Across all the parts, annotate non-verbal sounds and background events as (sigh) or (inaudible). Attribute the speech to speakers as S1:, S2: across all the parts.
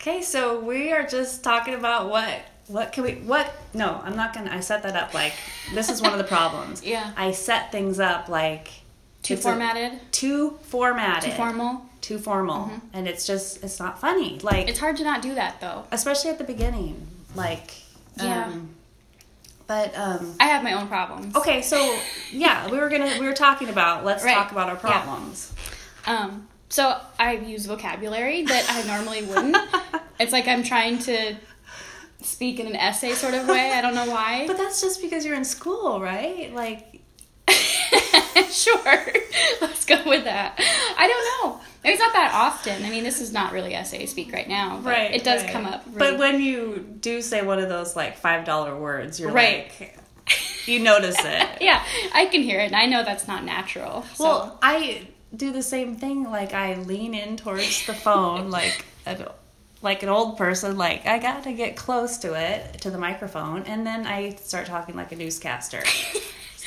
S1: Okay, so we are just talking about what what can we what no, I'm not gonna I set that up like this is one of the problems.
S2: (laughs) Yeah.
S1: I set things up like
S2: Too
S1: it's a-
S2: formatted?
S1: too formatted.
S2: Too formal? Mm-hmm.
S1: Too formal. And it's just it's not funny. Like
S2: It's hard to not do that though.
S1: especially at the beginning. Like
S2: Yeah.
S1: um but um
S2: I have my own problems.
S1: okay, so yeah, we were gonna we were talking about let's
S2: Right.
S1: talk about our
S2: Yeah.
S1: problems.
S2: Um, so I use vocabulary that I
S1: (laughs)
S2: normally wouldn't. it's like I'm trying to speak in an essay sort of way. I don't know why.
S1: (laughs) But that's just because you're in school, right? Like
S2: (laughs) sure, let's go with that. I don't know. It's not that often. I mean, this is not really essay speak right now. But
S1: right
S2: It does
S1: right.
S2: come up. Really
S1: but when you do say one of those like five dollar words you're
S2: Right.
S1: like you notice it
S2: (laughs) yeah, I can hear it, and I know that's not natural. So.
S1: well i do the same thing like i lean in towards the
S2: (laughs)
S1: phone like an, like an old person like i gotta get close to it to the microphone and then i start talking like a
S2: (laughs)
S1: newscaster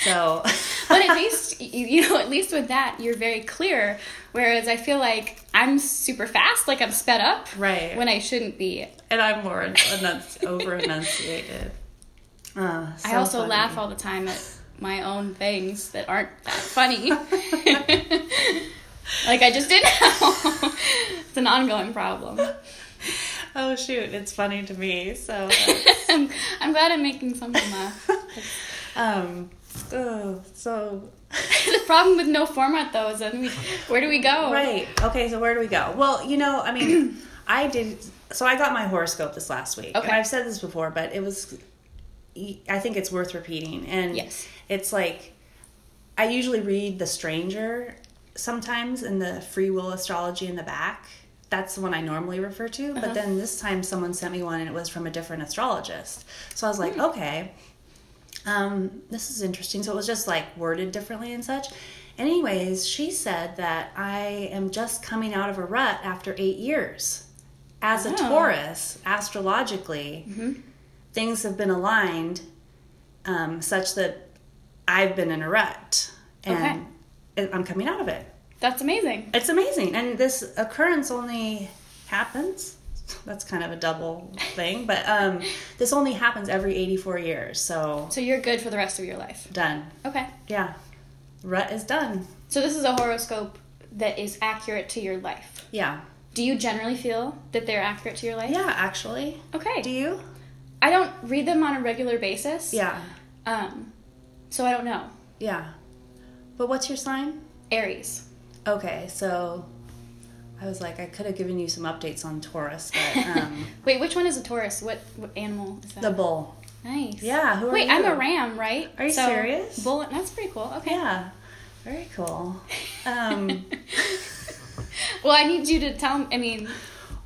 S1: so (laughs)
S2: but at least you, you know at least with that you're very clear whereas i feel like i'm super fast like i'm sped up
S1: Right.
S2: when i shouldn't be
S1: and i'm more enunci- over enunciated uh,
S2: i also laugh all the time at my own things that aren't that
S1: (laughs)
S2: funny like i just did now it's an ongoing problem (laughs)
S1: oh shoot it's funny to me so uh,
S2: I'm, I'm glad i'm making someone laugh
S1: um oh, so
S2: the problem with no format though is then we, where do we
S1: (laughs)
S2: go
S1: Right. Okay, so where do we go? Well, you know, I
S2: (clears throat)
S1: mean, I did. So I got my horoscope this last week.
S2: Okay.
S1: And I've said this before, but it was. I think it's worth repeating. And
S2: Yes.
S1: it's like. I usually read The Stranger sometimes in the free will astrology in the back. That's the one I normally refer to.
S2: Uh-huh.
S1: But then this time someone sent me one and it was from a different astrologist. So I was
S2: Hmm.
S1: like, okay um, this is interesting. So it was just like worded differently and such. Anyways, she said that I am just coming out of a rut after eight years. As a
S2: Oh.
S1: Taurus, astrologically, things have been aligned um, such that I've been in a rut and I- I'm coming out of it.
S2: that's amazing
S1: It's amazing. And this occurrence only happens. (laughs) That's kind of a double thing, but um, this only happens every 84 years. So
S2: so you're good for the rest of your life
S1: done.
S2: okay
S1: Yeah. Rut is done.
S2: So this is a horoscope that is accurate to your life.
S1: Yeah.
S2: Do you generally feel that they're accurate to your life?
S1: Yeah, actually. Do
S2: Okay.
S1: you?
S2: I don't read them on a regular basis.
S1: Yeah.
S2: Um, so I don't know.
S1: Yeah. But what's your sign?
S2: Aries.
S1: Okay, so I was like, I could have given you some updates on Taurus, but um,
S2: Wait, which one is a Taurus? What, what animal is that?
S1: the bull.
S2: nice.
S1: Yeah, who are
S2: Wait, I'm
S1: you?
S2: a ram, right?
S1: Are you serious?
S2: Bull. That's pretty cool. Okay.
S1: Yeah, very cool.
S2: (laughs)
S1: Um,
S2: Well, I need you to tell. I mean,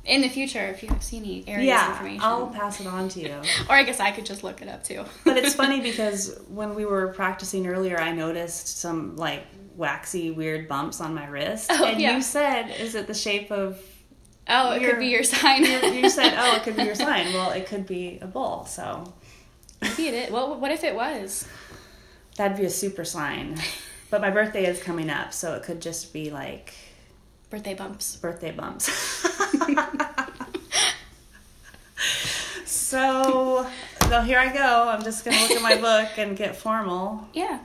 S2: in the future, if you have seen any Aries
S1: yeah,
S2: information,
S1: I'll pass it on to you.
S2: or I guess I could just look it up too.
S1: But it's
S2: (laughs)
S1: funny because when we were practicing earlier, I noticed some like waxy, weird bumps on my wrist,
S2: Oh,
S1: and
S2: yeah.
S1: you said, "Is it the shape of
S2: oh, it
S1: You're-
S2: could be your sign.
S1: you
S2: (laughs)
S1: said, "Oh, it could be your sign." Well, it could be a bull, so
S2: Maybe it is. Well, what if it was?
S1: that'd be a super sign. But my birthday is coming up, so it could just be like (laughs)
S2: Birthday bumps.
S1: birthday
S2: (laughs)
S1: bumps. so, well, here I go. I'm just gonna look at my book and get formal.
S2: Yeah.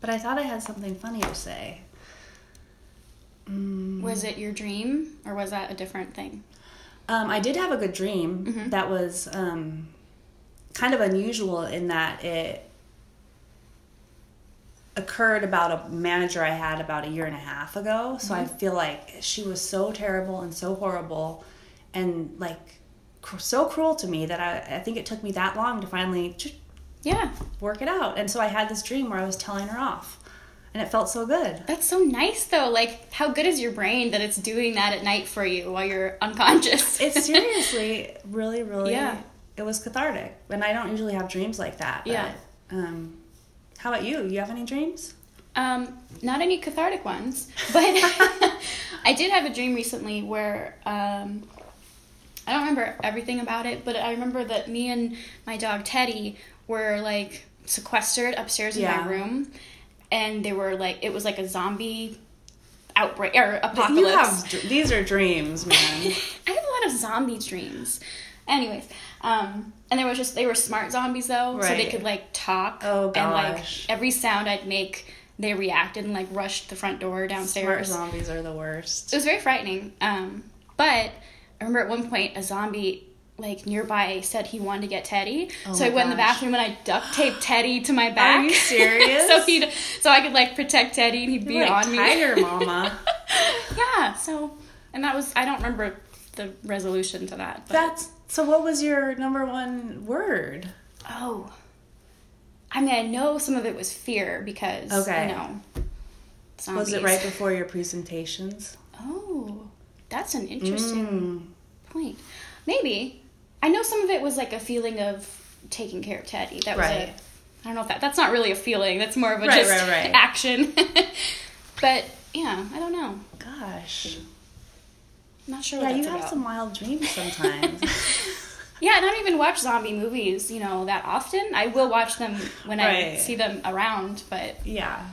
S1: But I thought I had something funny to say.
S2: Was it your dream or was that a different thing?
S1: Um, I did have a good dream that was um, kind of unusual in that it occurred about a manager I had about a year and a half ago. So I feel like she was so terrible and so horrible and like cr- so cruel to me that I, I think it took me that long to finally ch-
S2: Yeah,
S1: work it out. And so I had this dream where I was telling her off and it felt so good.
S2: that's so nice though. Like, how good is your brain that it's doing that at night for you while you're unconscious? (laughs)
S1: it's seriously really really
S2: Yeah.
S1: it was cathartic and i don't usually have dreams like that but,
S2: Yeah.
S1: um how about you you have any dreams
S2: um, not any cathartic ones, but (laughs) I did have a dream recently where um, I don't remember everything about it, but I remember that me and my dog Teddy were like sequestered upstairs in
S1: Yeah.
S2: my room, and they were like it was like a zombie outbreak or
S1: you
S2: apocalypse.
S1: (laughs) have dr- these are dreams man
S2: (laughs) I have a lot of zombie dreams. Anyways, um, and there was just they were smart zombies though, so they
S1: Right.
S2: could like talk
S1: Oh,
S2: and like
S1: gosh.
S2: every sound I'd make, they reacted and like rushed the front door
S1: Smart
S2: downstairs.
S1: zombies are the worst.
S2: It was very frightening. Um, but I remember at one point a zombie like nearby said he wanted to get Teddy, so
S1: Oh
S2: I
S1: my
S2: went in the
S1: gosh.
S2: bathroom and I duct taped Teddy
S1: (gasps)
S2: to my back. (laughs)
S1: you serious?
S2: so he, would so I could like protect Teddy and he'd be
S1: You're like
S2: on me. (laughs)
S1: tiger mama.
S2: yeah. So, and that was I don't remember the resolution to that. But,
S1: That's so. What was your number one word?
S2: oh, I mean I know some of it was fear because
S1: Okay.
S2: you know. Zombies.
S1: Was it right before your presentations?
S2: Oh, that's an interesting
S1: Mm.
S2: point. Maybe. I know some of it was like a feeling of taking care of Teddy. That was
S1: Right.
S2: a I don't know if that that's not really a feeling. That's more of a
S1: Right,
S2: just
S1: right, right.
S2: (laughs) action. but yeah, I don't know.
S1: Gosh.
S2: I'm not sure what
S1: Yeah,
S2: that's
S1: you have
S2: about.
S1: some wild dreams (laughs)
S2: (laughs)
S1: sometimes.
S2: Yeah, and I don't even watch zombie movies, you know, that often. I will watch them when I
S1: Right.
S2: see them around, but (laughs)
S1: yeah.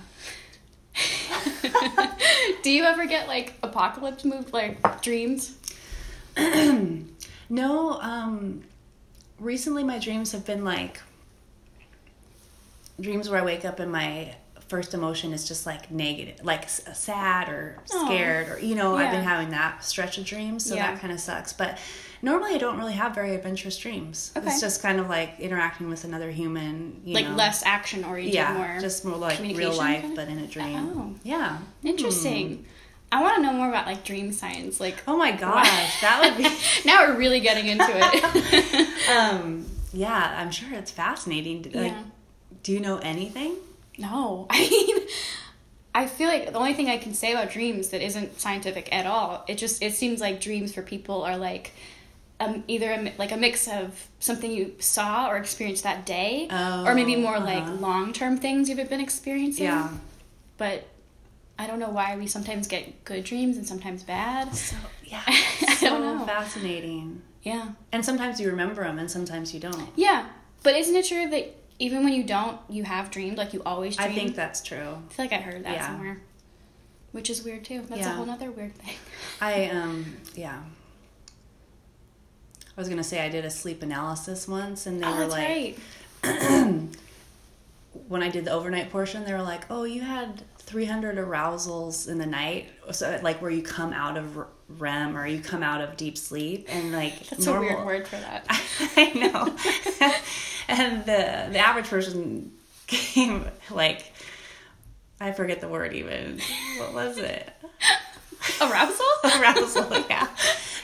S2: do you ever get like apocalypse moved like dreams?
S1: No, um recently my dreams have been like dreams where I wake up and my first emotion is just like negative, like s- sad or
S2: Aw.
S1: scared or you know, I've been
S2: Yeah.
S1: having that stretch of dreams, so
S2: Yeah.
S1: that kind of sucks. But normally I don't really have very adventurous dreams.
S2: Okay.
S1: It's just kind of like interacting with another human, you
S2: Like
S1: know.
S2: less action oriented
S1: yeah,
S2: more.
S1: just more like real
S2: communication
S1: life
S2: kind of-
S1: but in a dream.
S2: Oh.
S1: Yeah.
S2: Interesting. I want to know more about like dream science. Like
S1: Hmm. Oh my gosh, that would
S2: (laughs)
S1: be
S2: now we're really getting into
S1: (laughs)
S2: it.
S1: um yeah, I'm sure it's fascinating. Like,
S2: Yeah.
S1: do you know anything?
S2: no, (laughs) I mean, I feel like the only thing I can say about dreams that isn't scientific at all. It just it seems like dreams for people are like. Um, either a, mi- like a mix of something you saw or experienced that day,
S1: Oh,
S2: or maybe more
S1: uh-huh.
S2: like long term things you've been experiencing.
S1: Yeah.
S2: But I don't know why we sometimes get good dreams and sometimes bad.
S1: So yeah,
S2: (laughs) I
S1: so
S2: don't know.
S1: fascinating.
S2: Yeah.
S1: And sometimes you remember them, and sometimes you don't.
S2: Yeah, but isn't it true that even when you don't, you have dreamed? Like you always dream.
S1: I think that's true.
S2: I feel like I heard that
S1: Yeah.
S2: somewhere, which is weird too. That's a
S1: Yeah.
S2: whole nother weird thing. (laughs)
S1: I um yeah. I was gonna say I did a sleep analysis once, and they
S2: oh,
S1: were
S2: that's
S1: like,
S2: right.
S1: when I did the overnight portion, they were like, "Oh, you had 300 arousals in the night, so like where you come out of r- REM or you come out of deep sleep, and like
S2: That's a weird word for that. (laughs)
S1: (laughs) I know. (laughs) and the the average person came like I forget the word even. What was it? (laughs)
S2: Arousal.
S1: Arousal. Yeah.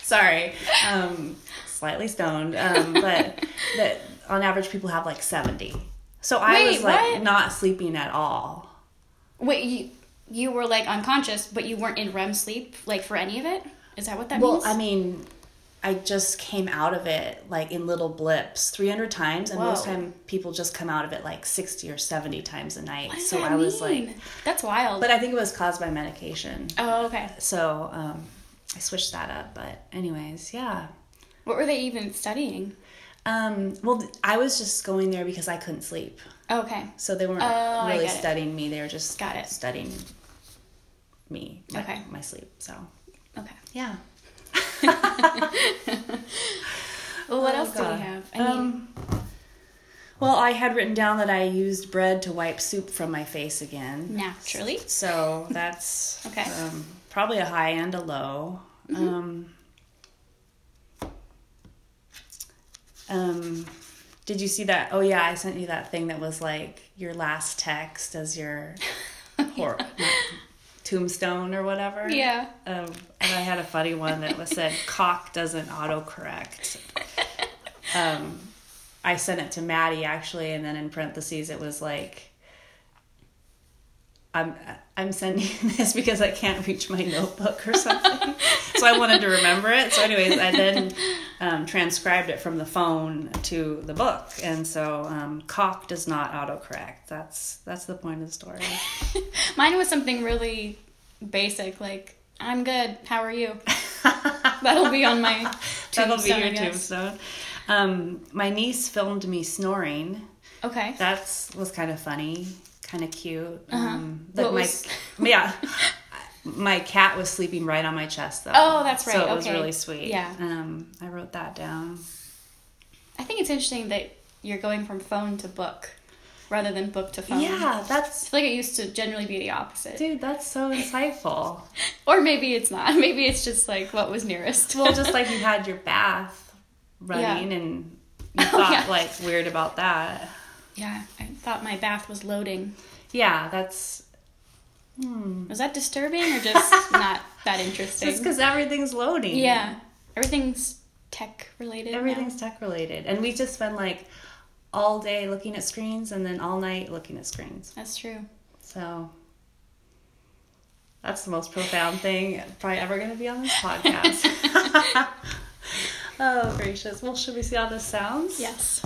S1: Sorry. Um, slightly stoned. Um, (laughs) but that on average people have like seventy. So I
S2: Wait,
S1: was like
S2: what?
S1: not sleeping at all.
S2: Wait, you you were like unconscious, but you weren't in REM sleep, like for any of it. Is that what that
S1: Well,
S2: means?
S1: I mean, I just came out of it like in little blips, 300 times, and most
S2: Whoa.
S1: time people just come out of it like 60 or 70 times a night.
S2: What does
S1: so
S2: that
S1: I was like,
S2: mean? that's wild.
S1: but I think it was caused by medication.
S2: oh, okay.
S1: So um, I switched that up. But anyways, yeah.
S2: What were they even studying?
S1: Um, well, th- I was just going there because I couldn't sleep,
S2: Okay.
S1: so they weren't
S2: Oh, I
S1: really
S2: get it.
S1: studying me. They were just
S2: Got it.
S1: studying me, my,
S2: Okay.
S1: my sleep. So
S2: Okay.
S1: yeah.
S2: Well, what
S1: Oh,
S2: else do
S1: God.
S2: we have? I mean,
S1: Um, well, I had written down that I used bread to wipe soup from my face again.
S2: Naturally.
S1: So that's
S2: Okay.
S1: um, probably a high and a low. Um, um, did you see that? Oh, yeah, I sent you that thing that was like your last text as your hor- tombstone or whatever.
S2: yeah.
S1: Um, and I had a funny one that was said, "Cock doesn't autocorrect." Um, I sent it to Maddie actually, and then in parentheses it was like, "I'm I'm sending (laughs) this because I can't reach my notebook or something." so I wanted to remember it. So, anyways, I then um, transcribed it from the phone to the book, and so um, "cock" does not autocorrect. That's that's the point of the story.
S2: Mine was something really basic, like "I'm good. How
S1: (laughs)
S2: are you?" That'll be on my tombstone.
S1: That'll be
S2: I
S1: your
S2: guess.
S1: tombstone. Um, my niece filmed me snoring.
S2: Okay.
S1: That's was kind of funny, kind of cute. Um, but
S2: Uh-huh. What
S1: my-
S2: was-
S1: (laughs) yeah, my cat was sleeping right on my chest though.
S2: Oh, that's right.
S1: So it was
S2: Okay.
S1: really sweet.
S2: Yeah.
S1: Um, I wrote that down.
S2: I think it's interesting that you're going from phone to book rather than book to phone.
S1: Yeah,
S2: I
S1: that's
S2: feel like it used to generally be the opposite.
S1: dude. That's so
S2: (laughs)
S1: insightful.
S2: Or maybe it's not. (laughs) Maybe it's just like what was nearest.
S1: well, just like you had your bath running
S2: (laughs)
S1: and you
S2: Oh,
S1: thought
S2: yeah.
S1: like weird about that.
S2: (laughs) yeah, I thought my bath was loading.
S1: Yeah, that's
S2: Was that disturbing
S1: (laughs)
S2: or just not that interesting?
S1: just because everything's loading.
S2: yeah, everything's tech related. now.
S1: Everything's tech related. And we just spend like all day looking at screens and then all night looking at screens.
S2: That's true.
S1: So that's the most profound thing probably ever going to be on this podcast. (laughs) oh, gracious. Well, should we see how this sounds? (laughs)
S2: Yes.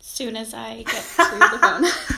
S2: Soon as I get through the phone.